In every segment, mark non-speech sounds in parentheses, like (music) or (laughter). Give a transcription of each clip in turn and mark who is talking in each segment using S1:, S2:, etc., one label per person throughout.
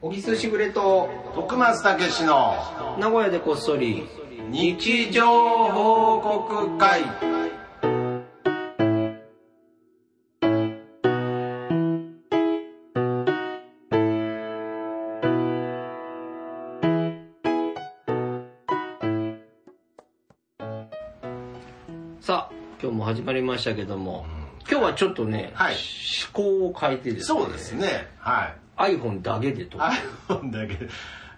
S1: 小木すしぐれと
S2: 徳松たけしの
S1: 名古屋でこっそり
S2: 日常報告会
S1: さあ今日も始まりましたけども今日はちょっとね、
S2: はい
S1: 思考を変えてですね
S2: そうですねはい
S1: iPhone だけでと
S2: iPhone だけ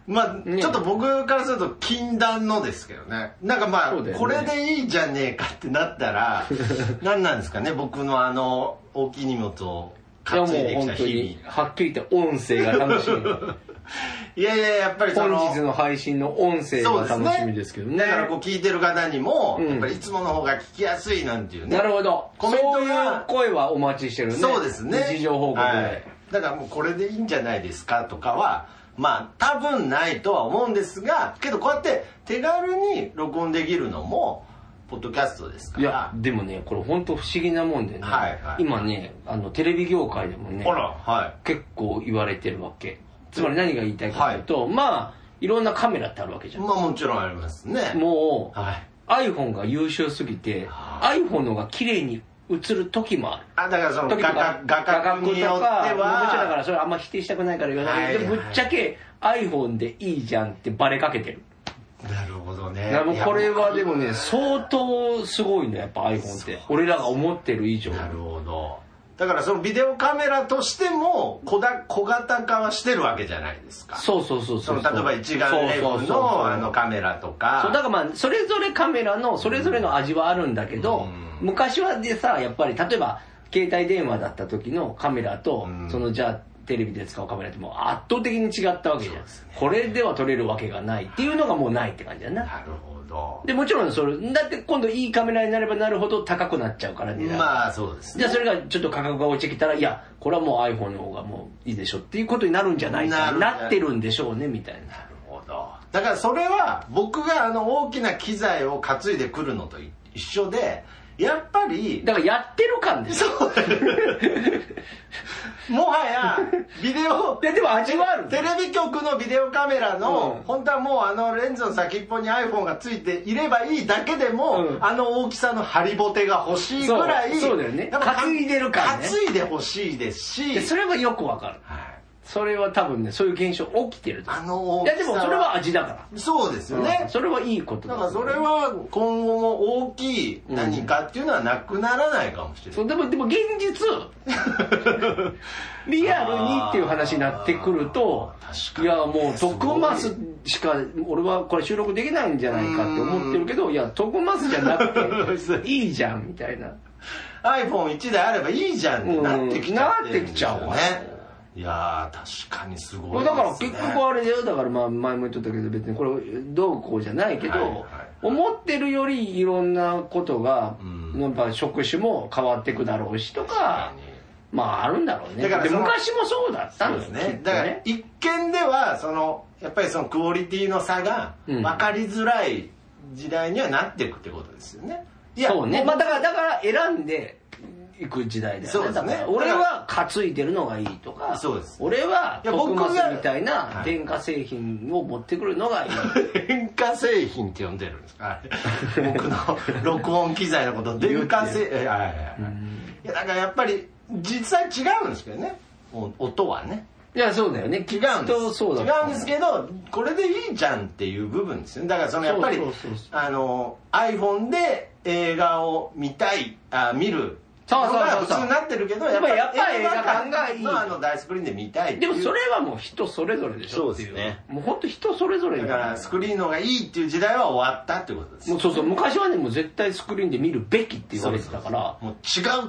S2: まあ、
S1: ね
S2: ちょっと僕からすると禁断のですけどねなんかまあ、
S1: そうだよね
S2: これでいいじゃねえかってなっ
S1: (laughs)
S2: たら何なんですかね僕のあの大きい荷物を
S1: いや
S2: 担
S1: も
S2: いうでき
S1: 本
S2: た
S1: 当
S2: 日
S1: にはっきり言って音声が楽しみ
S2: (laughs) 々いやいややっぱりそ
S1: 本
S2: の
S1: 日の配信の音声
S2: そう
S1: が
S2: ですね
S1: 楽しみですけどね
S2: だからこう聞いてる方にも、
S1: うん
S2: やっぱりいつもの方が聞きやすいなんていうね
S1: なるほど
S2: コメントが
S1: そういう声はお待ちしてるね
S2: そうですね
S1: 日常報告で、
S2: はいだからもうこれでいいんじゃないですかとかはまあ多分ないとは思うんですがけどこうやって手軽に録音できるのもポッドキャストですか
S1: いや
S2: ら
S1: でもねこれ本当不思議なもんでね、
S2: はいはい
S1: 今ねあのテレビ業界でもね
S2: あらは
S1: 結構言われてるわけつまり何が言いたいかというと、まあいろんなカメラってあるわけじ
S2: い
S1: ゃん、
S2: まあもちろんありますね
S1: もう、
S2: はい
S1: iPhone が優秀すぎて iPhone のが綺麗に映る時もある
S2: あだからその画
S1: 時とか
S2: 角画角によっ
S1: 画角
S2: て
S1: とかもちろんだから
S2: は
S1: それあんま否定したくないから言わないけど、
S2: はいはい
S1: でぶっちゃけ iPhone でいいじゃんってバレかけてる
S2: なるほどね
S1: だからもうこれはでも
S2: い
S1: ね
S2: や
S1: 相当すごいのやっぱ iPhone って俺らが思ってる以上
S2: なるほどだからそのビデオカメラとしても小だ小型化はしてるわけじゃないですか
S1: そうそうそう
S2: そ
S1: そう
S2: の例えば一眼レ
S1: そうそ
S2: フ
S1: うそう
S2: のあのカメラとか
S1: そうだからまあそれぞれカメラのそれぞれの味はあるんだけど、
S2: うん
S1: 昔はでさやっぱり例えば携帯電話だった時のカメラと、
S2: うん
S1: そのじゃあテレビで使うカメラってもう圧倒的に違ったわけじゃん、これでは撮れるわけがないっていうのがもうないって感じだな
S2: なるほど
S1: でもちろんそれだって今度いいカメラになればなるほど高くなっちゃうからね、
S2: まあそうですね
S1: じゃあそれがちょっと価格が落ちてきたらいやこれはもう iPhone の方がもういいでしょっていうことになるんじゃない
S2: な
S1: か
S2: る
S1: なってるんでしょうねみたいな
S2: なるほどだからそれは僕があの大きな機材を担いでくるのと一緒でやっぱり
S1: だからやってる感ですよ
S2: (laughs) もはやビデオ
S1: いやでも味はある
S2: テレビ局のビデオカメラの、
S1: うん
S2: 本当はもうあのレンズの先っぽに iPhone がついていればいいだけでも、
S1: うん
S2: あの大きさのハリボテが欲しいぐらい
S1: そうそうだよね
S2: やっぱ
S1: 担いでる感ね
S2: 担いでほしいですし
S1: でそれはよくわかる
S2: はい
S1: それは多分ねそういう現象起きてると
S2: あの大
S1: い
S2: きさ
S1: やでもそれは味だから
S2: そうですよ
S1: うん
S2: ね、
S1: それはいいこと
S2: だ
S1: だ
S2: からそれは今後も大きい何かっていうのはなくならないかもしれない、
S1: そうでもでも現実
S2: (laughs)
S1: リアルにっていう話になってくると
S2: あー確か
S1: い
S2: に
S1: やもう徳マスしか俺はこれ収録できないんじゃないかって思ってるけどいや徳マスじゃな
S2: (laughs)
S1: くていいじゃんみたいな
S2: iPhone1 台あればいいじゃんってなってきちゃってるんですよ
S1: うん
S2: ね
S1: なってきちゃうわ
S2: いやー確かにすごい
S1: だから
S2: ですね
S1: 結局あれだよだからまあ前も言っとったけど別にこれどうこうじゃないけど、
S2: はいはい
S1: 思ってるよりいろんなことが、
S2: うん
S1: やっぱ職種も変わっていくだろうしとかまああるんだろうね
S2: だから
S1: で
S2: その
S1: 昔もそうだった
S2: そ
S1: んで
S2: うですす
S1: ね
S2: ねだから一見ではそのやっぱりそのクオリティの差が
S1: うん
S2: 分かりづらい時代にはなっていくってことですよねい
S1: そう
S2: (laughs)
S1: ね、まあ、だからだから選んでいく時代だよね
S2: そうですね
S1: だから俺は担いでるのがいいとか
S2: そうです
S1: 俺はい
S2: や僕
S1: 徳
S2: が
S1: マスみたいな
S2: はい
S1: 電化製品を持ってくるのがいい
S2: 電化製品って呼んでるんですかあ
S1: (laughs)
S2: れ僕の録音機材のこと電化製品いやいやいやいやだからやっぱり実際違うんですけどねお音はね
S1: いやそうだよね
S2: 違
S1: きっ
S2: うんです
S1: とそうだ
S2: 違うんですけどこれでいいじゃんっていう部分ですよねだからそのやっぱり
S1: そうそうそうそう
S2: あの iPhone で映画を見たいあ見る
S1: そうそうそうそう
S2: のが普通になってるけど
S1: やっぱり
S2: り
S1: やっぱり映画館がいい
S2: のあの大スクリーンで見たいって
S1: で
S2: いう
S1: もそれはもう人それぞれでしょってい
S2: そうですね
S1: もう本当人それぞれ
S2: だからスク
S1: リ
S2: リーンの方がいいっていう時代は終わったってことです
S1: もうそうそう昔はねもう絶対スクリーンで見るべきって言われてたから
S2: もう違うっ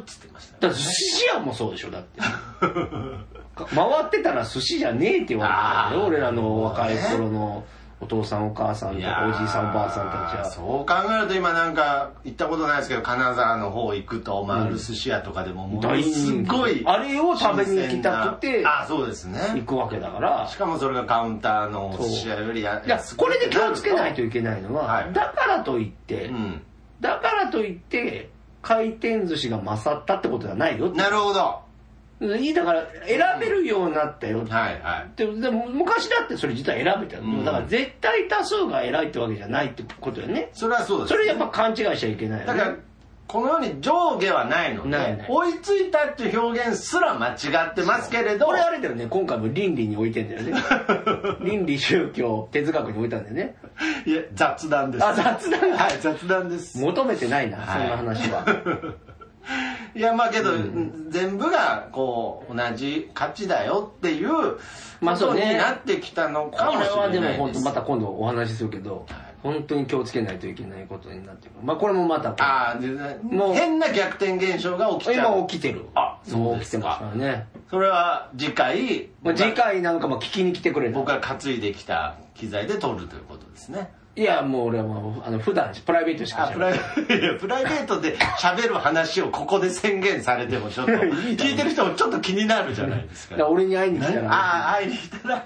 S2: つってました
S1: だから寿司屋もそうでしょだってか回ってたら寿司じゃねえって言われたんだよ
S2: あー
S1: 俺らの若い
S2: なるほど
S1: 頃のお父さんお母さんとかおじいさんおばあさんたちは
S2: そう考えると今なんか行ったことないですけど金沢の方行くと回る寿司屋とかでももうすっごい
S1: あれを食べに行きたくて
S2: あそうです
S1: 行
S2: ね
S1: くわけだから
S2: しかもそれがカウンターのお寿司屋よりや
S1: いや
S2: 安く
S1: これで気をつけないといけないのは、
S2: はい
S1: だからといって、
S2: うん
S1: だからといって回転寿司が勝ったってことはないよって
S2: なるほど
S1: いいだから選べるようになったよ、
S2: はいはい
S1: ででも昔だってそれ実は選べたよ、
S2: うん
S1: だから絶対多数が偉いってわけじゃないってことよね
S2: それはそうです
S1: それやっぱ勘違いしちゃいけないよ
S2: だ
S1: ね
S2: からこのように上下はないので
S1: ないない
S2: 追いついたっていう表現すら間違ってますけれど
S1: 俺あれだよね今回も倫理に置いてんだよね (laughs) 倫理宗教哲学に置いたんだよね
S2: いや雑談です
S1: あ雑談
S2: はい雑談です
S1: 求めてないな、
S2: はい
S1: そんな話 (laughs) は
S2: (laughs) いやまあけど、全部がこう同じ価値だよっていう
S1: まあ
S2: こ
S1: そ
S2: と
S1: う
S2: に
S1: ね
S2: なってきたのか
S1: こ
S2: も
S1: れ
S2: し
S1: はで
S2: れ
S1: も
S2: ない
S1: 本
S2: で
S1: 当
S2: す
S1: また今度お話しするけど
S2: はい
S1: 本当に気をつけないといけないことになってるまあこれもまた
S2: ああで
S1: もう
S2: 変な逆転現象が起きちゃう
S1: 今起きてる
S2: あ
S1: も
S2: そうう
S1: 起きて
S2: です
S1: ますか
S2: から
S1: ね、
S2: それは次回
S1: まあ、次回なんかも聞きに来てくれる
S2: 僕が担いできた機材で撮るということですね
S1: いやもう俺はもうあの普段プライベートしか
S2: あ
S1: し
S2: プラ
S1: ない
S2: イ (laughs) いやプライベートで喋る話をここで宣言されてもちょ
S1: (laughs)
S2: っと聞いてる人もちょっと気になるじゃないですか
S1: だから俺に会いに来たら、
S2: ああ会いに来たら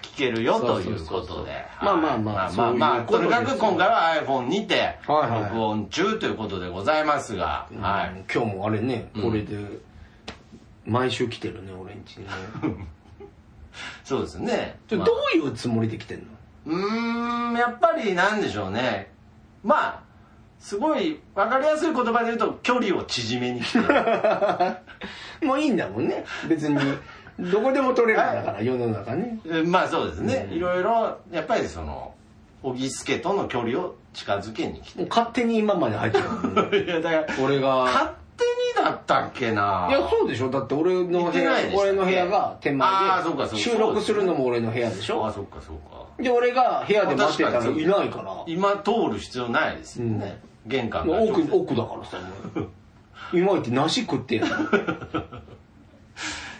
S2: 聞けるよ
S1: そ
S2: と
S1: うそ
S2: いうう
S1: そう
S2: こ
S1: そう
S2: とで
S1: まあまあまあ
S2: はいまあまあまあ
S1: そう
S2: と
S1: いうこと
S2: にか
S1: です
S2: く今回は iPhone にて
S1: はいはい
S2: 録音中ということでございますがは
S1: う
S2: い
S1: ん今日もあれねこれで毎週来てるね俺んちね
S2: (laughs) そうですね
S1: ちょ
S2: まあ
S1: どういうつもりで来てんの
S2: うーんやっぱりなんでしょうねまあすごい分かりやすい言葉で言うと距離を縮めに来てる
S1: (laughs) もういいんだもんね別にどこでも取れるんだから世の中ね
S2: えまあそうですねいろいろやっぱりその小木助との距離を近づけに来て
S1: もう勝手に今まで入ってるもん
S2: (laughs)
S1: ね
S2: いやだから
S1: 俺が
S2: 勝手にだったっけない
S1: やそうでしょだって俺の部
S2: 行ってな
S1: 屋
S2: いでしたっけ
S1: 俺の部屋が手
S2: あーそう
S1: 前
S2: かそう
S1: で
S2: か
S1: 収録するのも俺の部屋でしょ
S2: あそっかそっか
S1: で俺が部屋で待ってたらいないから
S2: 今通る必要ないですよね、玄関が
S1: 奥奥だ
S2: (laughs)
S1: からさお前今行って梨食ってんの
S2: いや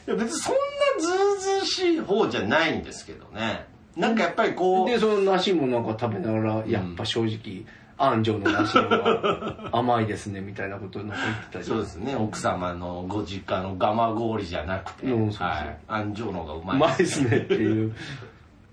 S2: 別にそんなずうずうしい方じゃないんですけどねなんかやっぱりこう
S1: でその梨もなんか食べながらやっぱ正直安城の梨
S2: (laughs)
S1: は甘いですねみたいなことなんか言ってたり
S2: そうですね奥様のご実家の蒲氷じゃなくて、
S1: うんそうそう
S2: はい、安城の方がう
S1: う
S2: まい
S1: まいですねっていう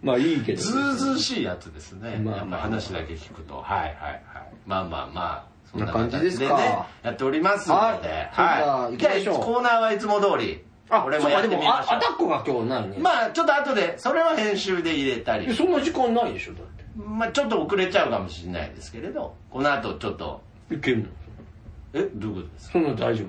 S1: まあいいけど
S2: ずうずうしいやつですね、
S1: まあ
S2: やっぱ話だけ聞くとはいはいはいまあまあまあそんな
S1: こんな感じですか
S2: やっておりますので、
S1: はい
S2: はい
S1: それでは行きましょう
S2: じゃあコーナーはいつも通り
S1: あ
S2: これもやってみましょう
S1: そうかでもあアタックが今日ないね、
S2: まあちょっと後でそれは編集で入れたり
S1: そんな時間ないでしょだって
S2: まあちょっと遅れちゃうかもしれないですけれどこの後ちょっと
S1: いけるの
S2: えどういうことですか
S1: そんな大丈夫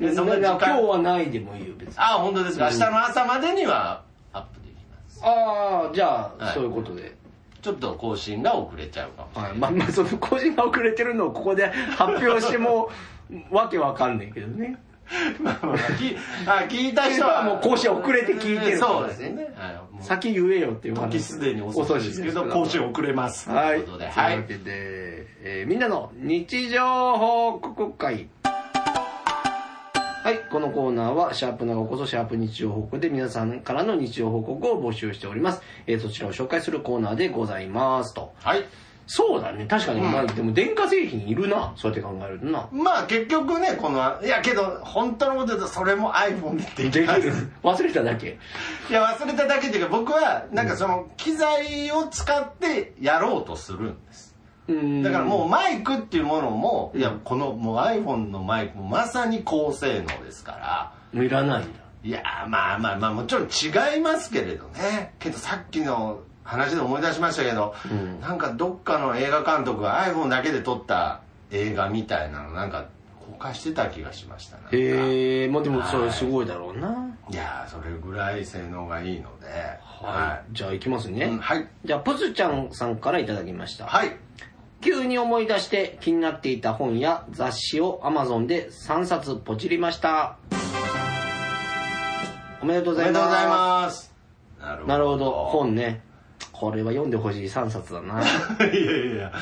S2: え
S1: なの
S2: (laughs) そんな時間
S1: いや今日はないでもいいよ別に
S2: あ本当ですか明日の朝までにはアップできます
S1: ああじゃあ、
S2: はい
S1: そういうことで、
S2: ちょっと更新が遅れちゃうかもしれない、
S1: はい、まあまあその個人が遅れてるのをここで発表してもわけわかんないけどね
S2: まあまあき (laughs) あ聞いた人は
S1: もう更新遅れて聞いてるから
S2: そうですね、はい、もう
S1: 先言えよっていう話
S2: 時すでに遅いですけど更新遅れますと
S1: はいいう
S2: ことで、
S1: というわけで、えーみんなの日常報告会はいこのコーナーはシャープ長こそシャープ日常報告で皆さんからの日常報告を募集しております、えーそちらを紹介するコーナーでございますと
S2: はい
S1: そうだね確かに、まあでも電化製品いるなそうやって考えるとな
S2: まあ結局ねこのいやけど本当のこと言うとそれも iPhone ででき
S1: で
S2: ます
S1: きる (laughs) 忘れただけ
S2: いや忘れただけというか僕はなんかその機材を使ってやろうとするんです
S1: うん
S2: だからもうマイクっていうものも、
S1: うん
S2: いやこのもう iPhone のマイクもまさに高性能ですから
S1: いらないんだ
S2: いやーまあまあまあもちろん違いますけれどねけどさっきの話で思い出しましたけど、
S1: うん
S2: なんかどっかの映画監督が iPhone だけで撮った映画みたいなのなんか公開してた気がしましたなんか
S1: へえまあでもそ
S2: は
S1: れ
S2: い
S1: すごいだろうな、
S2: いやーそれぐらい性能がいいので
S1: はいじゃあいきますね、
S2: うんはい
S1: じゃあプズちゃんさんからいただきました、
S2: はい
S1: 急に思い出して気になっていた本や雑誌を Amazon で3冊ポチりましたおめでとう
S2: お
S1: ござい
S2: めでとう
S1: ま
S2: ござい
S1: す
S2: ますなるほ
S1: なるほど本ねこれは読んでほしい3冊だ
S2: (laughs)
S1: な
S2: いやいや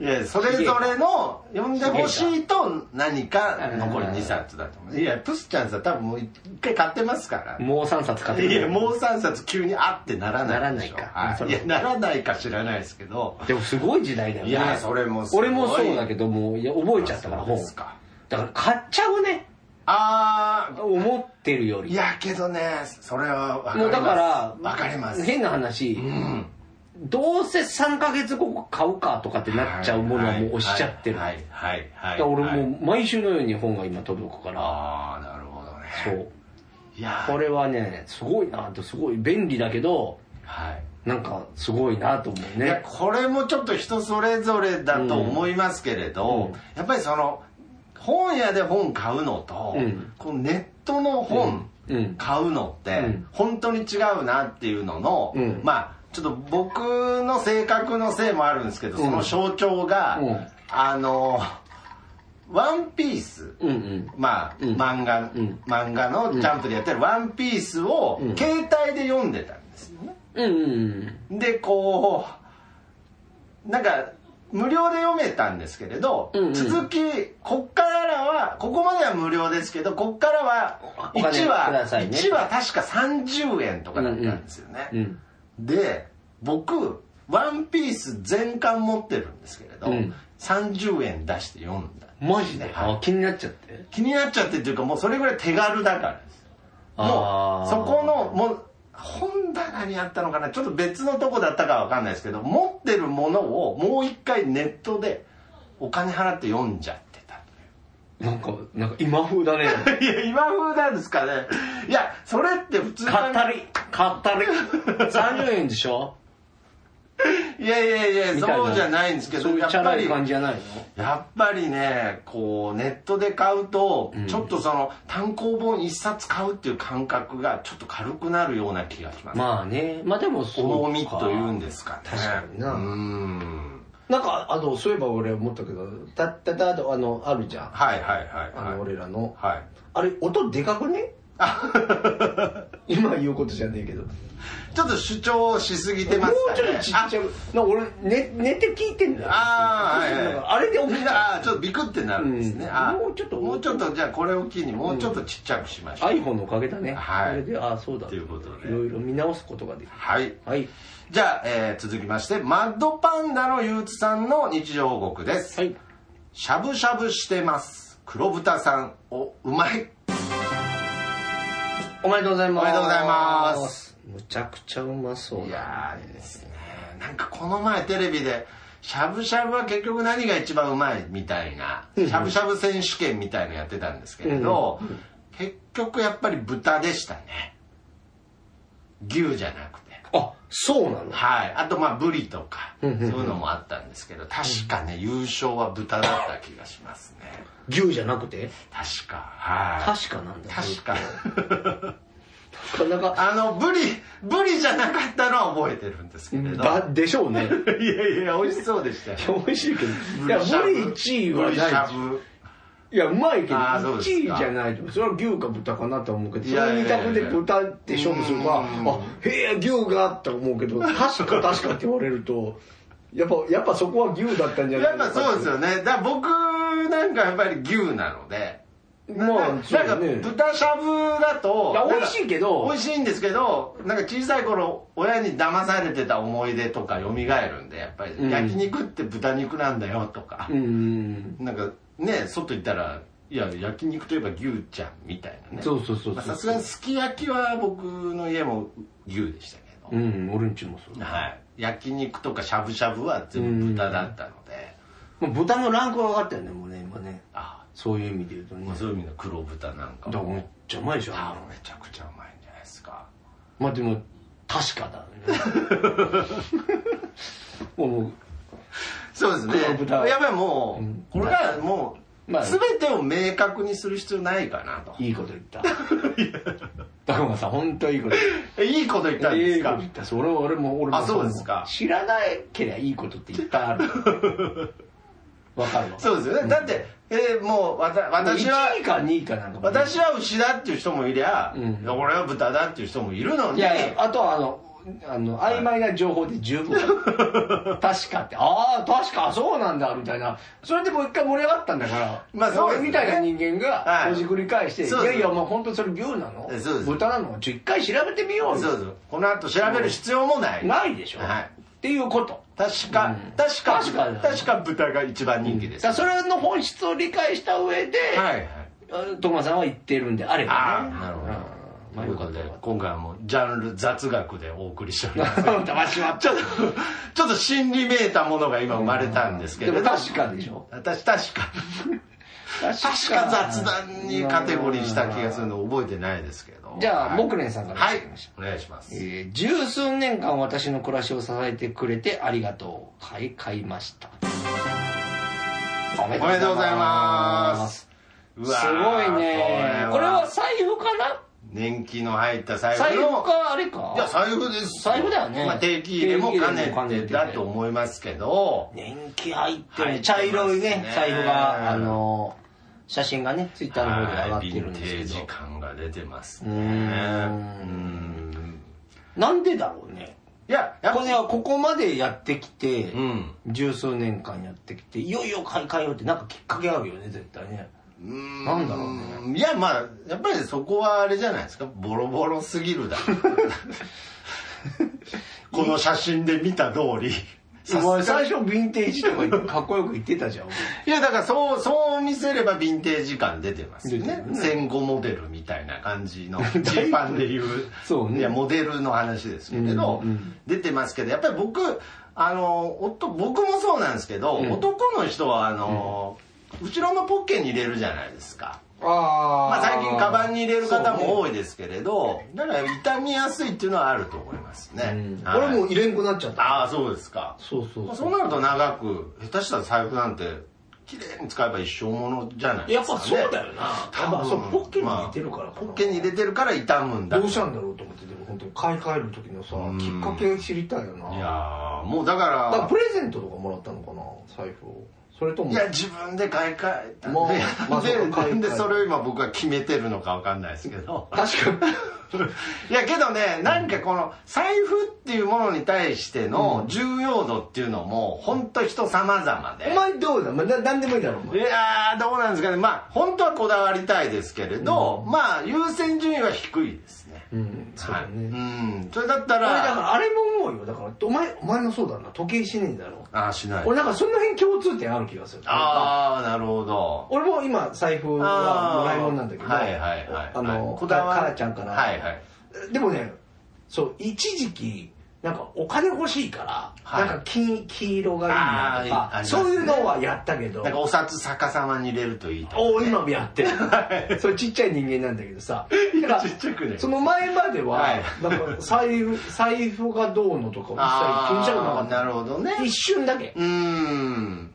S2: いやそれぞれの読んでほしいと何か残り2冊だと思ういやプスちゃんさん多分もう1回買ってますから
S1: もう3冊買って
S2: い
S1: く
S2: や
S1: る
S2: もう3冊急にあってならないでしょ
S1: ならないか
S2: はい、いやならないか知らないですけど
S1: でもすごい時代だよね
S2: いやそれもすごい
S1: 俺もそうだけどもういや覚えちゃったから
S2: そ
S1: 本
S2: うですか
S1: だから買っちゃうね
S2: あ
S1: 思ってるよ
S2: ーい
S1: り
S2: やけどねそれは分かります
S1: もうだから
S2: 分かります
S1: 変な話、
S2: うん
S1: どうせ3ヶ月後買うかとかってなっちゃうものはもう押しちゃってる、
S2: はいはいはいは
S1: だ
S2: い
S1: から俺
S2: はい
S1: もう毎週のように本が今届くから、
S2: ああなるほどね
S1: そう。
S2: いやー
S1: これはね、すごいなと、すごい便利だけど、
S2: はい
S1: なんかすごいなと思う
S2: いや
S1: ね。
S2: これもちょっと人それぞれだと思いますけれど、
S1: うん
S2: やっぱりその本屋で本買うのと、
S1: うん
S2: このネットの本
S1: うん。
S2: 買うのっ
S1: う
S2: て
S1: ん
S2: 本当に違うなっていうのの、
S1: うん
S2: まあちょっと僕の性格のせいもあるんですけど、
S1: うん
S2: その象徴が、
S1: うん
S2: あの「ワンピース
S1: うんうん。
S2: まあ、
S1: うん
S2: 漫画、
S1: ん
S2: 漫画のジャンプでやってる「ワンピースを
S1: うん
S2: 携帯で読んでたんですよね。
S1: うんうん
S2: でこうなんか無料で読めたんですけれど、
S1: うんうん
S2: 続きこっからはここまでは無料ですけどこっからは
S1: おお金
S2: 1
S1: くだ
S2: 話、
S1: さいね
S2: 一話確か30円とかだったんですよね、
S1: うん。うん。
S2: で僕ワンピース全巻持ってるんですけれど、
S1: うん
S2: 30円出して読んだ
S1: マジで、
S2: はい
S1: あ気になっちゃって。
S2: 気になっちゃってというかもうそれぐらい手軽だからですも
S1: あ
S2: う
S1: ー
S2: そこのもう本棚にあったのかなちょっと別のとこだったかわかんないですけど持ってるものをもう一回ネットでお金払って読んじゃってた
S1: なんか、なんか今風だね。
S2: (laughs) いや今風なんですかねいやそれって普通に
S1: かったり、かったり。30円で
S2: (laughs)
S1: しょ
S2: いやいやいや
S1: みたいな
S2: そうじゃないんですけど
S1: そうい
S2: や
S1: う
S2: っ
S1: チャ
S2: ぱ
S1: ラい
S2: り
S1: 感じじゃないの
S2: やっぱりねこうネットで買うと、
S1: うん
S2: ちょっとその単行本一冊買うっていう感覚がちょっと軽くなるような気がします、
S1: まあね。まあでもそうか。
S2: 重みというんですかね
S1: 確かにな
S2: うん
S1: なんか、あの、そういえば俺思ったけど、たったたと、あの、あるじゃん。
S2: はいはいはい
S1: あ
S2: はい
S1: の、俺らの。
S2: はい
S1: あれ、音でかく
S2: (laughs)
S1: ね
S2: あ
S1: 今言うことじゃねえけど。
S2: ちょっと主張しすぎてます
S1: もう
S2: か
S1: ち
S2: ね
S1: ょっとちっちゃく。なんか俺、寝、寝て聞いてんだよ。
S2: あーはいはい
S1: なんかあれで起き
S2: (laughs)
S1: た。
S2: あーちょっとビクってなるんですね、
S1: うん
S2: あー
S1: もうちょっと
S2: もうちょっとじゃあこれを機にもうちょっとちっちゃくしましょう、
S1: iPhone のおかげだね。
S2: はい
S1: あれで、ああ、そうだ。
S2: ということで
S1: いろいろ見直すことができる。
S2: はい
S1: はい。
S2: じゃあ、えー続きましてマッドパンダの憂鬱さんの日常報告です、
S1: はい。
S2: しゃぶしゃぶしてます黒豚さんおうまい
S1: おめでとうございます。
S2: おめでとうございます。
S1: むちゃくちゃうまそう
S2: い
S1: だ。
S2: やーいいですねなんかこの前テレビでしゃぶしゃぶは結局何が一番うまいみたいなしゃぶしゃぶ選手権みたいのやってたんですけれど、結局やっぱり豚でしたね牛じゃなくて
S1: あ、そうなの
S2: はいあとまあブリとかそううん
S1: うんうん
S2: いうのもあったんですけど確かね優勝は豚だった気がしますね
S1: 牛じゃなくて
S2: 確かはい
S1: 確かなんだ。
S2: 確か
S1: なかなか、
S2: あのブリブリじゃなかったのは覚えてるんですけれど
S1: だ、でしょうね。
S2: いやいや美味しそうでしたよ
S1: 美味しいけど。いや、無理1位は
S2: ブリしゃ
S1: ない。
S2: ぶ
S1: いや、うまいけど、
S2: あーそう
S1: 1
S2: です
S1: 位じ
S2: か
S1: ゃないと。それは牛か豚かなとは思うけど、
S2: い
S1: そ
S2: やい
S1: の
S2: やい
S1: 二
S2: や
S1: 択
S2: いや
S1: で豚って勝負するから、
S2: うん
S1: あ、へえ、牛がって思うけど、確か確かって言われると、やっぱ、やっぱそこは牛だったんじゃな
S2: や
S1: い
S2: っ
S1: か
S2: ぱそうです
S1: よ。
S2: よねだから僕なんかやっぱり牛なので
S1: まあ
S2: なんか
S1: そうだね
S2: なんか豚しゃぶだと
S1: いや
S2: なんか
S1: 美味しいけど
S2: 美味しいんですけどなんか小さい頃親に騙されてた思い出とか蘇るんでやっぱり、
S1: うん
S2: 焼肉って豚肉なんだよとか
S1: う、ん。
S2: なんかね外行ったらいや焼肉といえば牛ちゃんみたいなね
S1: そうそうそうそう
S2: まあさすがにすき焼きは僕の家も牛でしたけど、
S1: うん、俺んちもそう。
S2: はい、焼肉とかしゃぶしゃぶは全部豚だったので、
S1: もう豚のランクは上がったよね、もうね、今ね。
S2: あ
S1: そういう意味で言うとね
S2: まあ、。そういう意味の黒豚なんか
S1: だからめっ
S2: も
S1: ちゃうまいでしょ。
S2: あめちゃくちゃうまいんじゃないですか
S1: まあでも、確かだね。 (laughs) もう、
S2: そうですね
S1: 黒豚
S2: やっぱりもう、
S1: うん
S2: これがもう、
S1: まあ
S2: 全てを明確にする必要ないかなと
S1: いいこと言った。だからさん、本当いいこと言った。
S2: えいいこと言ったんですか
S1: いいこと言ったそう俺も俺も俺も
S2: あそうですか
S1: 知らなけりゃいいことっていっ (laughs) ぱいあるわかるわ
S2: そうですよね、だって、えーもうわた私は
S1: 1位か2位かなんかもね
S2: 私は牛だっていう人もいりゃ、
S1: うん
S2: いや俺は豚だっていう人もいるのに
S1: いやいやあとはあのあの曖昧な情報で十
S2: (laughs)
S1: 分確かってああ確かそうなんだみたいなそれでもう一回盛り上がったんだから
S2: まあそうです
S1: 俺
S2: ね
S1: みたいな人間
S2: は
S1: がほ
S2: い
S1: じくり返して、
S2: そう
S1: い、
S2: で
S1: や
S2: す
S1: いやもう本当それ牛なの
S2: えそうです
S1: 豚なのちょ一回調べてみようよ
S2: そうそうこの後調べる必要もない、
S1: ないでしょ、
S2: はい
S1: っていうこと
S2: 確か、
S1: うん
S2: 確か
S1: 確か
S2: 確か豚が一番人気です、
S1: だからそれの本質を理解した上で、
S2: はいはい
S1: トマさんは言ってるんであれば、
S2: ああ
S1: ね、
S2: なるほ
S1: うんまあよ
S2: ど
S1: か
S2: と
S1: っ
S2: いう
S1: た
S2: こと
S1: よ
S2: で
S1: かっ
S2: 今回はもうジャンル雑学でお送りしております
S1: た騙しは
S2: ちょっとちょっと心理めいたものが今生まれたんですけ
S1: で
S2: れど
S1: も確かでしょ
S2: 私確か
S1: 確か
S2: 確か雑談にカテゴリーした気がするの覚えてないですけど
S1: じゃあ、
S2: はい
S1: 木蓮さんから
S2: はい
S1: いただきました
S2: お願いします
S1: えー十数年間私の暮らしを支えてくれてありがとう。はい、買いました。お
S2: おめでとうございます。う
S1: す
S2: わー
S1: ごいね。これは財布かな
S2: 年季の入った財
S1: 財
S2: 布の
S1: 布かあれか
S2: いや財布です
S1: 財布だよね
S2: まあ、定期入れも兼ね
S1: 定期入れも兼ね
S2: て
S1: て
S2: だと思いますけど
S1: 年季入って
S2: 入ってますね
S1: ね、茶色いね、財布が、あの、写真がね、ツイッターの方で上が
S2: は
S1: って
S2: いヴィ
S1: るん
S2: ンテ
S1: で
S2: ー
S1: すけ
S2: ジ
S1: ど。
S2: 感が出てますね
S1: う
S2: う
S1: ーん
S2: ん
S1: なんでだろうね。
S2: いややっ
S1: こ
S2: ぱ
S1: れはここまでやってきて、
S2: うん
S1: 十数年間やってきて、いよいよ買い替えようってなんかきっかけあるよね、絶対ね。
S2: な
S1: なんだろう
S2: ねいやまあやっぱりそこはあれじゃないですかボロボロす
S1: (laughs)
S2: ぎるだろうこの写真で見た通り
S1: お前最初ヴィンテージとか言ってかっこよく言ってたじゃん。
S2: いやだからそうそう見せればヴィンテージ感出てますよね
S1: 出てるね
S2: 戦後モデルみたいな感
S1: (laughs)
S2: じのジーパンでいう
S1: そうね
S2: いやモデルの話ですけれど、
S1: うんうん
S2: 出てますけどやっぱり僕あの夫僕もそうなんですけど、
S1: うん
S2: 男の人はあの、後ろのポッケに入れるじゃないですか。
S1: あ
S2: まあ、最近カバンに入れる方も
S1: い。
S2: 多いですけれど、だから傷みやすいっていうのはあると思いますね、はい
S1: 俺もう入れんくなっちゃった。
S2: ああそうですか
S1: そうそう
S2: ま
S1: そ
S2: あ
S1: う
S2: そうなると長く下手したら財布なんて綺麗に使えば一生ものじゃないで
S1: や
S2: す
S1: っ
S2: か、ね、
S1: ぱそうだよな。や
S2: 多
S1: っ
S2: 分
S1: ぱそう、ポッケに入れてるから
S2: まあ
S1: かな
S2: ポッケに入れてるから傷むんだ
S1: どうしたんだろうと思って、でも本当に買い替える時のさ、きっかけ知りたいよな。
S2: いやーもうだ
S1: だから
S2: か
S1: プレゼントとかもらったのかな、財布を。それと
S2: ら
S1: も。
S2: いや自分で買い替えたんで,、
S1: もうまあそう
S2: で
S1: か買い替え
S2: なんでそれを今僕は決めてるのかわかんないですけど (laughs)
S1: 確かに。
S2: いやけどねなんかこの財布っていうものに対しての重要度っていうのも本当人様々で
S1: お前どうだ、まあ、ななんでもいいだろう、お
S2: い
S1: 前
S2: やーどうなんですかねまあ本当はこだわりたいですけれど、まあ優先順位は低いですね、
S1: うん、そう
S2: は
S1: だ
S2: い、う
S1: ね。
S2: んそれだった
S1: 俺だかららあれも思うよ。だから、お前、お前のそうだな。時計しねえんだろ。
S2: あーしない
S1: 俺なんかその辺共通点ある気がする。
S2: ああなるほど
S1: 俺も今財布はもらい物なんだけど、
S2: はいはいはい
S1: あの、
S2: はい
S1: こだわカラちゃんから、
S2: はいはい
S1: でもねそう一時期なんかお金欲しいから、
S2: はい
S1: なんか金黄色がいいなとか
S2: あーありますね
S1: そういうのはやったけど、
S2: なんかお札逆さまに入れるといいと
S1: お今もやってるそれちっちゃい人間なんだけど
S2: (laughs)
S1: さだから
S2: ちっちゃくね
S1: その前までは、
S2: はい
S1: なんか財布財布がどうのとか一
S2: あ
S1: 切気にし
S2: ー
S1: たくなかった
S2: なるほどね
S1: 一瞬だけ
S2: うーん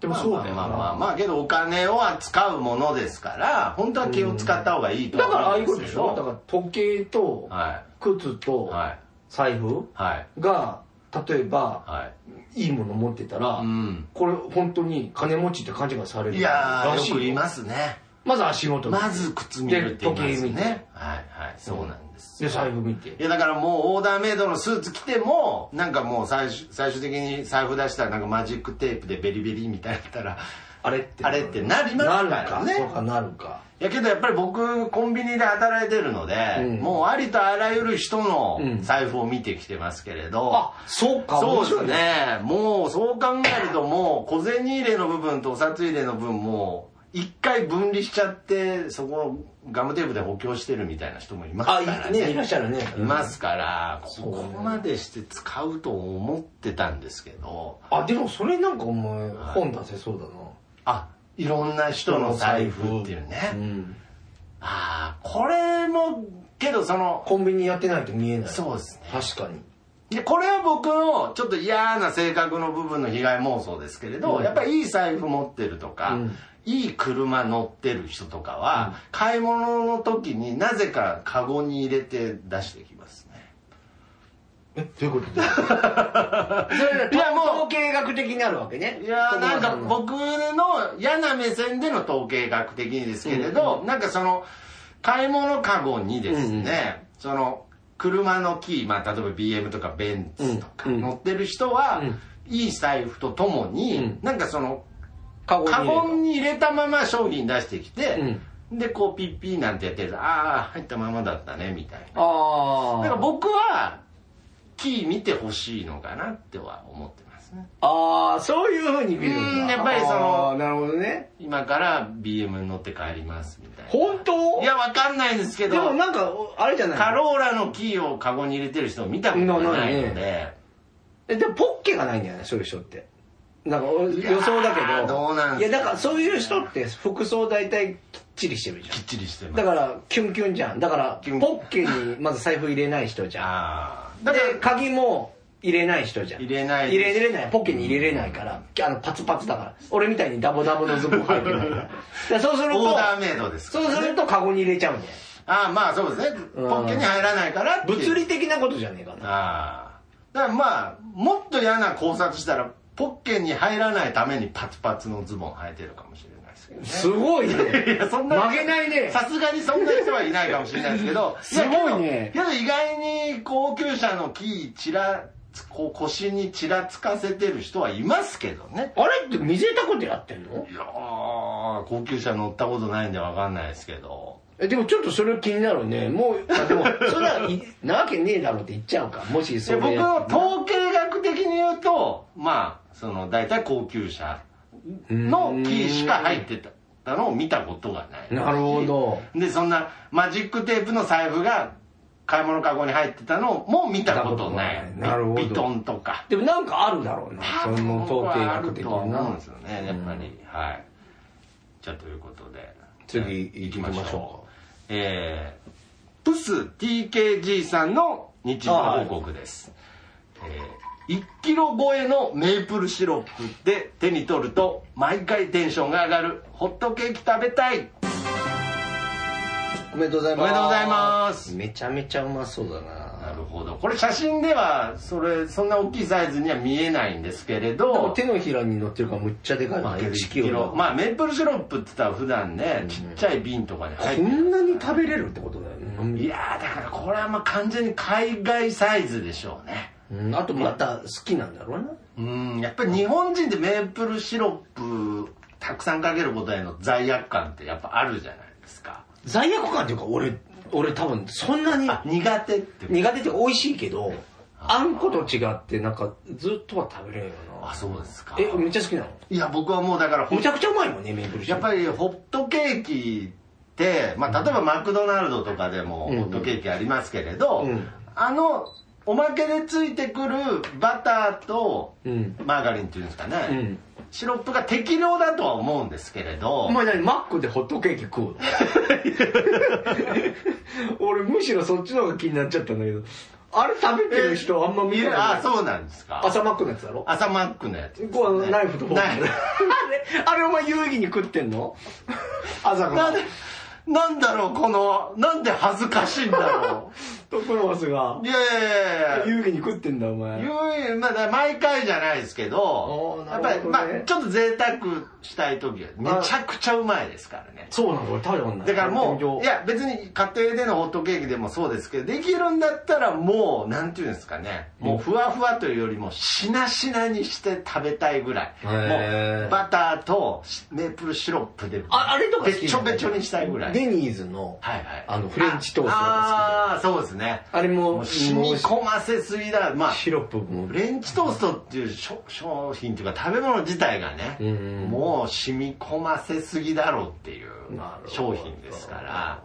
S1: でもそうだよな、
S2: まあまあまあまあけどお金を扱うものですから本当は気を使った方がいいと
S1: だからあ
S2: は
S1: あ
S2: 思
S1: いううんこと
S2: で
S1: ですし
S2: けど
S1: ょだから時計と
S2: は
S1: 靴
S2: い
S1: と
S2: はい
S1: 財布
S2: はい
S1: が例えば
S2: はい
S1: いいもの持ってたら、
S2: うん
S1: これ本当に金持ちって感じがされる
S2: いや
S1: ら
S2: ー
S1: し
S2: よく言い
S1: ま
S2: ますね
S1: まず足元見て
S2: まず靴見るって言います
S1: で時計見て
S2: ねはいはいそうなんです
S1: で財布見て
S2: いやだからもうオーダーメイドのスーツ着てもなんかもう最終最終的に財布出したらなんかマジックテープでベリベリみたいになったら (laughs)
S1: あれって
S2: あれってなりますからね
S1: なるかそうかなるか
S2: いやけどやっぱり僕コンビニで働いてるので、
S1: うん
S2: もうありとあらゆる人の
S1: うん
S2: 財布を見てきてますけれど、
S1: あそうか
S2: そうで
S1: 面白
S2: す
S1: い
S2: ねもうそう考えるともう小銭入れの部分とお札入れの分もう一回分離しちゃってそこをガムテープで補強してるみたいな人もいますか
S1: あ
S2: ら
S1: い
S2: ね
S1: ねいらっしゃるね
S2: いますからこ
S1: うね
S2: こまでして使うと思ってたんですけど
S1: あでもそれなんかお前本出せそうだな
S2: あいろんな人の財布っていうね、
S1: うん
S2: ああこれもけどその
S1: コンビニやってないと見えない
S2: そうですね
S1: 確かに
S2: でこれは僕のちょっと嫌な性格の部分の被害妄想ですけれど、
S1: うん
S2: やっぱりいい財布持ってるとか、
S1: うん
S2: いい車乗ってる人とかは、買い物の時になぜかカゴに入れて出してきますね。
S1: えどういうことそれ
S2: (laughs) いやもう
S1: 統計学的になるわけね
S2: いやー
S1: 友
S2: なん
S1: 達
S2: か
S1: の
S2: 僕の嫌な目線での統計学的にですけれど、なんかその買い物カゴにですね、
S1: うんうん
S2: その車のキー、まあ、例えば BM とかベンツとか
S1: うんうん
S2: 乗ってる人は、
S1: うん
S2: いい財布とともに、
S1: うん
S2: なんかその
S1: カゴに
S2: カ
S1: 入れた
S2: ゴに入れたまま商品出してきて、でこうピッピーなんてやってるとああ入ったままだったねみたいな
S1: ああ
S2: だから僕はキー見てほしいのかなっては思ってますね
S1: ああそういうふうに見るんだ
S2: うんやっぱりその
S1: あーなるほどね
S2: 今から BM 乗って帰りますみたいな
S1: 本当
S2: いや、わかんないですけ
S1: でも
S2: ど、
S1: なんかおあれじゃない
S2: カローラのキーをカゴに入れてる人を見たことがないの
S1: な
S2: で、
S1: えでもポッケがないんじゃないそういう人ってなんか予想だけ
S2: いやー
S1: ど
S2: どうなんすか
S1: いやだからそういう人って服装大体きっちりしてるじゃん
S2: きっちりしてます
S1: だからキュンキュンじゃんだから
S2: キュン
S1: ポッケにまず財布入れない人じゃん
S2: ああだ
S1: で
S2: から
S1: 鍵も入れない人じゃん
S2: 入れない
S1: 入れ入れないポッケに入れれないから、あのパツパツだから俺みたいにダボダボのズボン履いてないからだ
S2: (laughs)
S1: からそうすると
S2: オーダーメイドですか
S1: そ
S2: ら
S1: うするとカゴに入れちゃうんだよ
S2: ああまあそうですねポッケに入らないからっていう
S1: 物理的なことじゃねえかな
S2: ああだからまあもっと嫌な考察したらポッケに入らないためにパツパツのズボン履いてるかもしれないですけど
S1: すごいね
S2: いやそんな
S1: 曲げないね
S2: さすがにそんな人はいないかもしれないですけど
S1: (laughs) すごいね
S2: やけどけど意外に高級車の木ちらつこう腰にちらつかせてる人はいますけどね
S1: (laughs) あれって見せたことやってんの
S2: いやー高級車乗ったことないんでわかんないですけど
S1: えでもちょっとそれ気になるねもうあでも (laughs) それはいなわけねえだろうって言っちゃうかもしそ
S2: で
S1: れ
S2: 僕
S1: や
S2: の
S1: ったら
S2: 統計学的に言うとまあその大体高級車の木しか入ってたのを見たことがない
S1: なるほど
S2: でそんなマジックテープの財布が買い物カゴに入ってたのも見たことない
S1: なるほど
S2: ビトンとか
S1: でもなんかあるだろうなその統計学的
S2: 多分僕はあるとは思うん
S1: な
S2: ですよねやっぱりはいじゃあということで
S1: 次
S2: 行きまし
S1: 行きまし
S2: ょ
S1: ょ
S2: うえー、プス TKG さんの日常報告です、えー1キロ超えのメープルシロップで手に取ると毎回テンションが上がるホットケーキ食べたい
S1: おめでとうございます
S2: おめでとうございます
S1: めちゃめちゃうまそうだな
S2: なるほどこれ写真ではそれそんな大きいサイズには見えないんですけれ
S1: でも
S2: ど
S1: 手のひらに乗ってるからむっちゃでかい
S2: ま
S1: な
S2: あ
S1: 1
S2: 1
S1: キ
S2: キ
S1: ロ
S2: ロまあメープルシロップって言ったら普段ねちっちゃい瓶とかに入っ
S1: こ
S2: てる
S1: んなに食べれるってことだよね
S2: いやーだからこれはまあ完全に海外サイズでしょうね
S1: うんあとまた好きなんだろうな
S2: うんやっぱり日本人でメープルシロップたくさんかけることへの罪悪感ってやっぱあるじゃないですか
S1: 罪悪感っていうか俺俺多分そんなに
S2: あ苦手ってこと
S1: 苦手って美味しいけどあんこと違ってなんかずっとは食べれんよ
S2: あそうですか
S1: なえめっちゃ好きなの
S2: いや僕はもうだからほん
S1: むちゃくちゃうまいもんねメープルシ
S2: や
S1: ロ
S2: っ
S1: ップ
S2: ぱりホットケーキって、まあ、例えばマクドナルドとかでもホットケーキありますけれど、
S1: うん
S2: あのおまけでついてくるバターと
S1: うん
S2: マーガリンっていうんですかね、
S1: うん
S2: シロップが適量だとは思うんですけれど、
S1: お前何マックでホットケーキ食うの (laughs) 俺むしろそっちの方が気になっちゃったんだけどあれ食べてる人あんま見
S2: い
S1: れない
S2: やあそうなんですか
S1: 朝マックのやつだろ
S2: 朝マックのやつ
S1: こうあのナイフとフォークで
S2: ナイフ
S1: (laughs) あれあれお前有意義に食ってんの朝か
S2: な
S1: ら
S2: んでなんだろうこのなんで恥ずかしいんだろ
S1: トプロマスが (laughs)
S2: ういやいやいやいや
S1: 有意義に食ってんだお前
S2: 言うまあ、だから毎回じゃないですけど
S1: おー
S2: や
S1: な
S2: っ
S1: る
S2: ぱり、
S1: ほどね
S2: まあ、ちょっと贅沢したい時はめちゃくちゃうまいですからね
S1: そうなんだ俺食べたことない
S2: だからもうい
S1: や
S2: や別に家庭でのホットケーキでもそうですけどできるんだったらもうなんていうんですかねもうふわふわというよりもしなしなにして食べたいぐらい
S1: へ
S2: も
S1: ー
S2: うバターとメープルシロップで
S1: ああれとか好きな
S2: べ
S1: の
S2: ちょべちょにしたいぐらい
S1: デニーズの
S2: はいはい
S1: あのフレンチトーストが好きで
S2: ああーそうですね
S1: あれも
S2: もう染み込ませすぎだまあ
S1: シロップも
S2: レンチトーストっていう商商品っていうか食べ物自体がね、
S1: うん
S2: もう染み込ませすぎだろうっていう
S1: なるほ
S2: 商
S1: ど
S2: 品ですから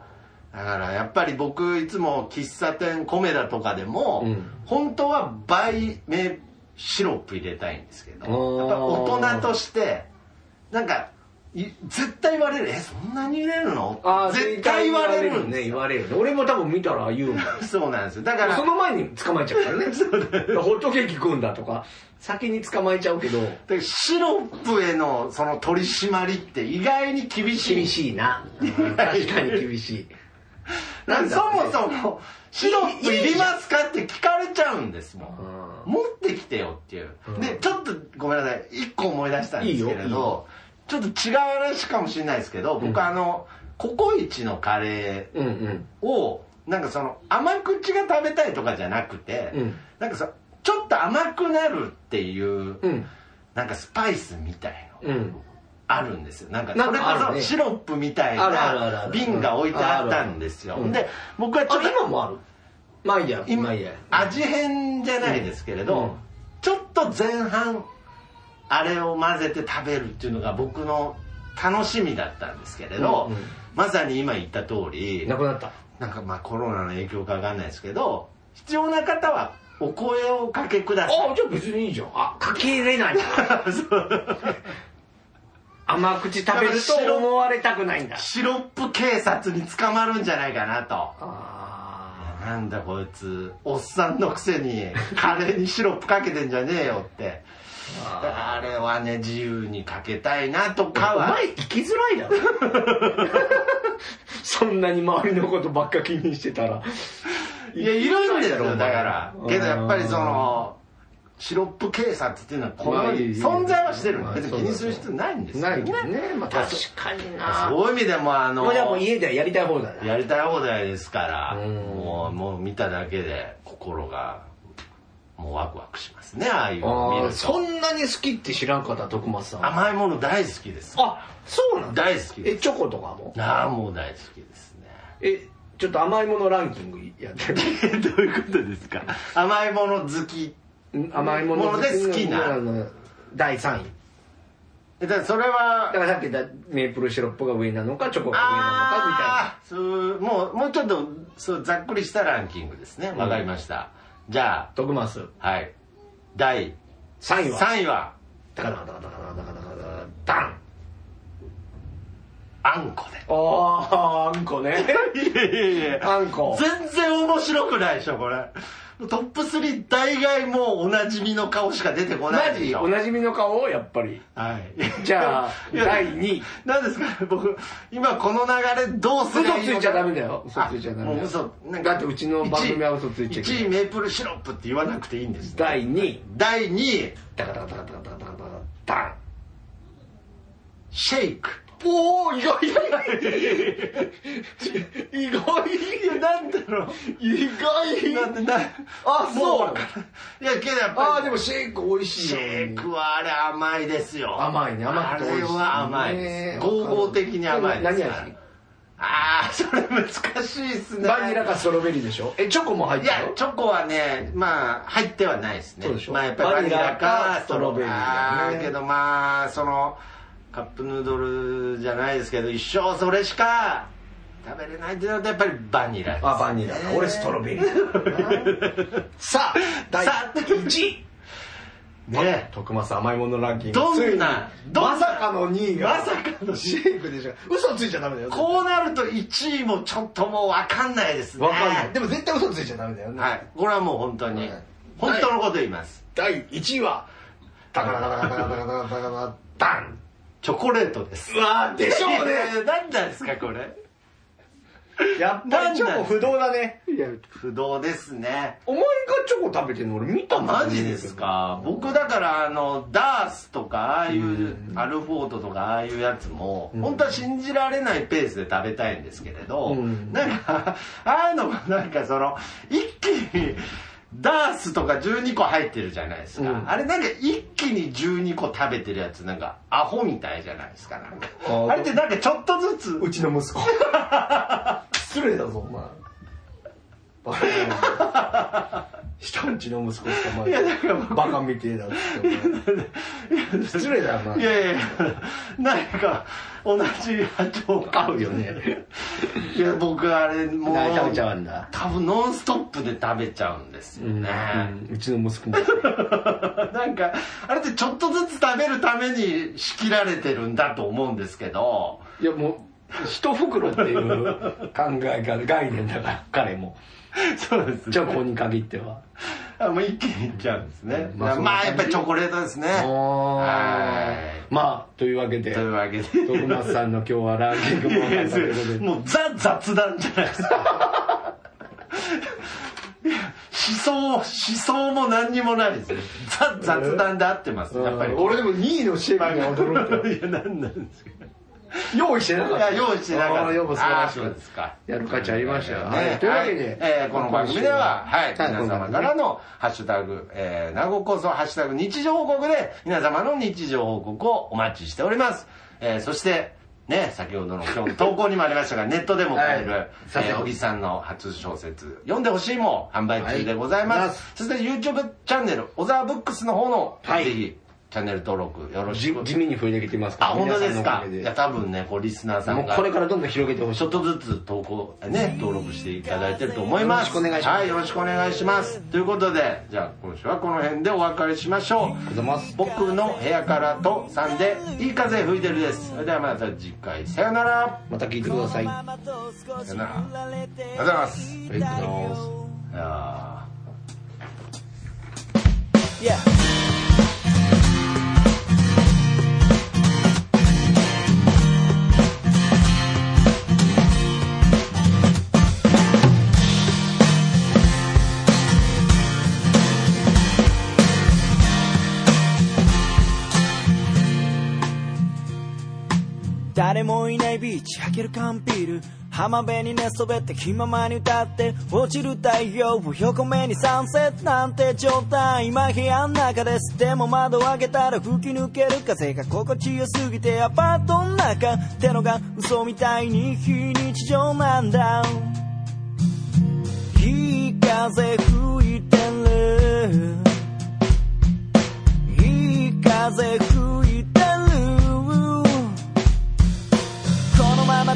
S2: だからやっぱり僕いつも喫茶店コメダとかでも、
S1: うん
S2: 本当は倍目シロップ入れたいんですけど
S1: あー
S2: やっぱ大人としてなんかい絶対言われる「えそんなに入れるの?」絶対言われるんで
S1: ね言われるね俺も多分見たら言うもん
S2: す (laughs) そうなんですよだから
S1: その前に捕まえちゃうからね (laughs) ホットケーキ食うんだとか先に捕まえちゃうけど
S2: でシロップへのその取り締まりって意外に厳しい
S1: 厳しいな確かに厳しいなんだ
S2: そ
S1: ろうね
S2: もそもシロップいりますかって聞かれちゃうんですもん
S1: う
S2: 持ってきてよっていう、
S1: うん
S2: でちょっとごめんなさい一個思い出したんですけれ
S1: いい
S2: ど
S1: よいいよ
S2: ちょっと違う話かもしれないですけど僕あの、ココイチのカレ
S1: うんうん
S2: ーをなんかその甘口が食べたいとかじゃなくて、
S1: うん
S2: なんかそちょっと甘くなるっていう、
S1: うん
S2: なんかスパイスみたいの、
S1: うん
S2: あるんですよなんか
S1: な
S2: そ
S1: ん
S2: れ
S1: かあるね
S2: こそシロップみたい
S1: あるあるあるあ
S2: な
S1: る
S2: 瓶が置いてあったんですよ
S1: うん
S2: で僕はちょっと
S1: あ今もあるまあいいやまあいいや
S2: 味変じゃないですけれど、
S1: うん
S2: ちょっと前半あれを混ぜて食べるっていうのが僕の楽しみだったんですけれど、
S1: うんうん
S2: まさに今言った通り
S1: なくなった
S2: なんかまあコロナの影響かわかんないですけど必要な方はお声をおかけください (laughs)
S3: あじゃあ別にいいじゃん
S1: あ、かけれないんだ。甘口食べると思われたくないんだ。
S2: シロップ警察に捕まるんじゃないかなと
S1: あ
S2: なんだこいつおっさんのくせにカレーにシロップかけてんじゃねえよってあれはね自由にかけたいなと
S1: ー
S2: か
S1: お
S2: は
S1: 前聞きづらいだろ。 (laughs) そんなに周りのことばっか気にしてたら。
S2: いやいるんですよ
S1: お前
S2: だからけどやっぱりそのシロップ警察っていうのはこ
S1: ま
S2: の
S1: あいいいい
S2: 存在はしてる
S1: まあ
S2: 別に
S1: そうだ
S2: 気
S1: よ
S2: にする必要ないんですよ
S1: ないけどね。まあ確かにな。
S2: そういう意味でもあの
S1: もうじゃあもう家ではやりたい方だな。
S2: やりたい放題ですから、
S1: うん
S2: もうもう見ただけで心がもうワクワクしますねああいうのを見
S1: あー
S2: る
S1: そ
S2: と
S1: んなに好きって知らんかった、徳松さんは。
S2: 甘いもの大好きです
S1: あ、そうなんだ。
S2: 大好き
S1: え、
S2: で
S1: チョコとかも
S2: すああもう大好きですね
S1: え、ちょっと甘いものランキングやって (laughs) る。
S2: (laughs) どういうことですか甘いもの好き
S1: 甘いもの
S2: もので好きな
S1: 第3位
S2: だからそれ
S1: だ
S2: は
S1: からさっき言ったメープルシロップが上なのかチョコが上なのかみたいな
S2: ああそうもうもうちょっとそうざっくりしたランキングですねわかりました、じゃ
S1: 徳マス
S2: あはい第
S1: 3位は
S2: 3位は
S1: だからだからだからだからだからダン
S2: あんこで
S1: あーあんこね
S2: いやいやいや
S1: あんこ
S2: 全然面白くないでしょこれトップ3大概もうおなじみの顔しか出てこな
S1: マ
S2: いで
S1: ジ
S2: しょ
S1: おなじみの顔をやっぱり
S2: はい
S1: じゃあ
S2: いや
S1: 第2位
S2: 何ですかね僕今この流れどうす
S1: 嘘
S2: る
S1: ついちゃダメだよ嘘ついちゃダメだ
S2: も
S1: よ
S2: う嘘なん
S1: だってうちの番組は嘘ついちゃいけない
S2: 1位メープルシロップって言わなくていいんです
S1: 第2位
S2: 第2位
S1: だからだからだからだからだからダン
S2: シェイク
S1: おお意外意外
S2: いやなんだろう
S1: 意
S2: な
S1: 外
S2: んでな
S1: あそう
S2: もわかんないいやけどやっぱり
S1: ああでもシェイク美味しい
S2: シ
S1: よね
S2: ェイクはあれ甘いですよ。
S1: 甘いね甘くて美味しいね
S2: あれは甘いです。合法的に甘いですから。
S1: 何味
S2: ああ、それ難しいですね。
S1: バニラかストロベリーでしょえチョコも入っ
S2: い
S1: てる
S2: や
S1: よ、
S2: チョコはね、まあ、入ってはないですね。
S1: そうでしょ
S2: まあ、やっぱりバニラ
S1: バニラ
S2: か
S1: か、ス
S2: ス
S1: ト
S2: ト
S1: ロ
S2: ロ
S1: ベ
S2: ベ
S1: リ
S2: リ
S1: ー
S2: ー
S1: だ
S2: だ、
S1: ね
S2: けどまあ、その、カップヌードルじゃないですけど、一生それしか食べれないってなると、やっぱりバニラです。
S1: あバニラだ俺ストロベリーだなさあ第
S2: さあ
S1: 1位
S2: (laughs) ね。
S1: 徳松甘いものランキング
S2: どんな
S1: ついに
S2: どんな
S1: まさかの2位が
S2: まさかの
S1: シェイクでしょ嘘ついちゃダメだよ
S2: こうなると1位もちょっともう分かんないですね。
S1: わかんないでも絶対嘘ついちゃダメだよね、
S2: はい。これはもう本当に、
S1: はい
S2: 本当のこと言います。
S1: 第1位はだからだからだからだからだからだからダン
S2: チョコレートです。 (laughs)
S1: うわーでしょうね
S2: 何なんですか、これ。
S1: やっぱりチョコ不動だねいや
S2: 不動ですね。
S1: お前がチョコ食べてるの俺見たもん
S2: マジですか。僕だから、あの、ダースとか、ああいう、アルフォートとか、ああいうやつも、本当は信じられないペースで食べたいんですけれど、
S1: うん
S2: なんか、ああいうのがなんかその、一気に、ダースとか12個入ってるじゃないですか、
S1: うん
S2: あれなんか一気に12個食べてるやつなんかアホみたいじゃないですかなんか
S1: あー
S2: あれってなんかちょっとずつ
S1: うちの息子失礼だぞお前バカだな人んちの息子捕まえ
S2: いやだから
S1: て
S2: 僕
S1: バカみてえだっつってお前失礼だよお
S2: い
S1: 前
S2: やいやいや、なんか、同じ波長
S1: 合うよね
S2: いや、僕、あれ、もう、
S1: 食べちゃうんだ
S2: 多分、ノンストップで食べちゃうんですよ
S1: うん
S2: ね。
S1: うちの息子も
S2: (laughs) なんか、あれってちょっとずつ食べるために仕切られてるんだと思うんですけど、
S1: いやもう一袋っていう考えが概念だから彼も
S2: そうです
S1: チョコに限っては
S2: あもう一気にいっちゃうんですね。
S1: ま
S2: ま
S1: あ
S2: あ、やっぱりチョコレートですね。は
S1: まあというわけ
S2: い。
S1: で
S2: というわけで。
S1: 徳松さんの今日はランキングも
S2: い
S1: なか
S2: や
S1: った
S2: そ
S1: ということ
S2: れ
S1: で
S2: (laughs) もうザ雑談じゃないですかいや思想思想も何にもないですねザ雑談で合ってますやっぱり
S1: うん
S2: (laughs)
S1: 俺でも2位のシェイクには驚いたよ
S2: いや何なんですか
S1: (laughs) 用意してなかっ
S2: い
S1: た
S2: や用意してなかった
S1: ああ用意素晴らし
S2: ああそう
S1: い
S2: ですか
S1: やる価値ありましたよ
S2: ね
S1: はいというわけで
S2: はいえーこの番組では、はい、
S1: はい
S2: 皆様からの「ハッシュタグ、えー、名護こそハッシュタグ日常報告」で皆様の日常報告をお待ちしております、えーそしてね、先ほどの今日の投稿にもありましたがネットでも買える、
S1: はいさて
S2: えー小木さんの初小説「読んでほしい」も販売中でございます、
S1: はい
S2: そして YouTube チャンネル「小沢ブックス」の方の、
S1: はい
S2: ぜひチャンネル登録よろし
S1: 地
S2: く。
S1: 地味に増えてきてますか
S2: あ、
S1: ら
S2: 本当ですか。い
S1: 皆
S2: や、
S1: さ
S2: 多分ね、こう、リスナーさ
S1: んのお
S2: ん
S1: かげでも
S2: が
S1: うこ、れからどんどん広げてほし
S2: ち
S1: い
S2: ょっとずつ投稿、ね、登録していただいてると思います。
S1: よろしくお願いします
S2: はい、よろしくお願いします。ということで、じゃあ、今週はこの辺でお別れしましょう。
S1: ございます
S2: 僕の部屋からとさんで、いい風吹いてるです。それではまた次回、さよなら。
S1: また聞いてください
S3: ママと少し
S2: さよなら
S3: 振られて
S2: ありがとうございます。
S1: ありがとうございます
S2: いや
S3: いや誰もいないビーチ開ける缶ビール浜辺に寝そべって気ままに歌って落ちる太陽を横目にサンセットなんて状態今部屋の中ですでも窓を開けたら吹き抜ける風が心地よすぎてアパートの中ってのが嘘みたいに非日常なんだいい風吹いてるいい風吹いてるこのまま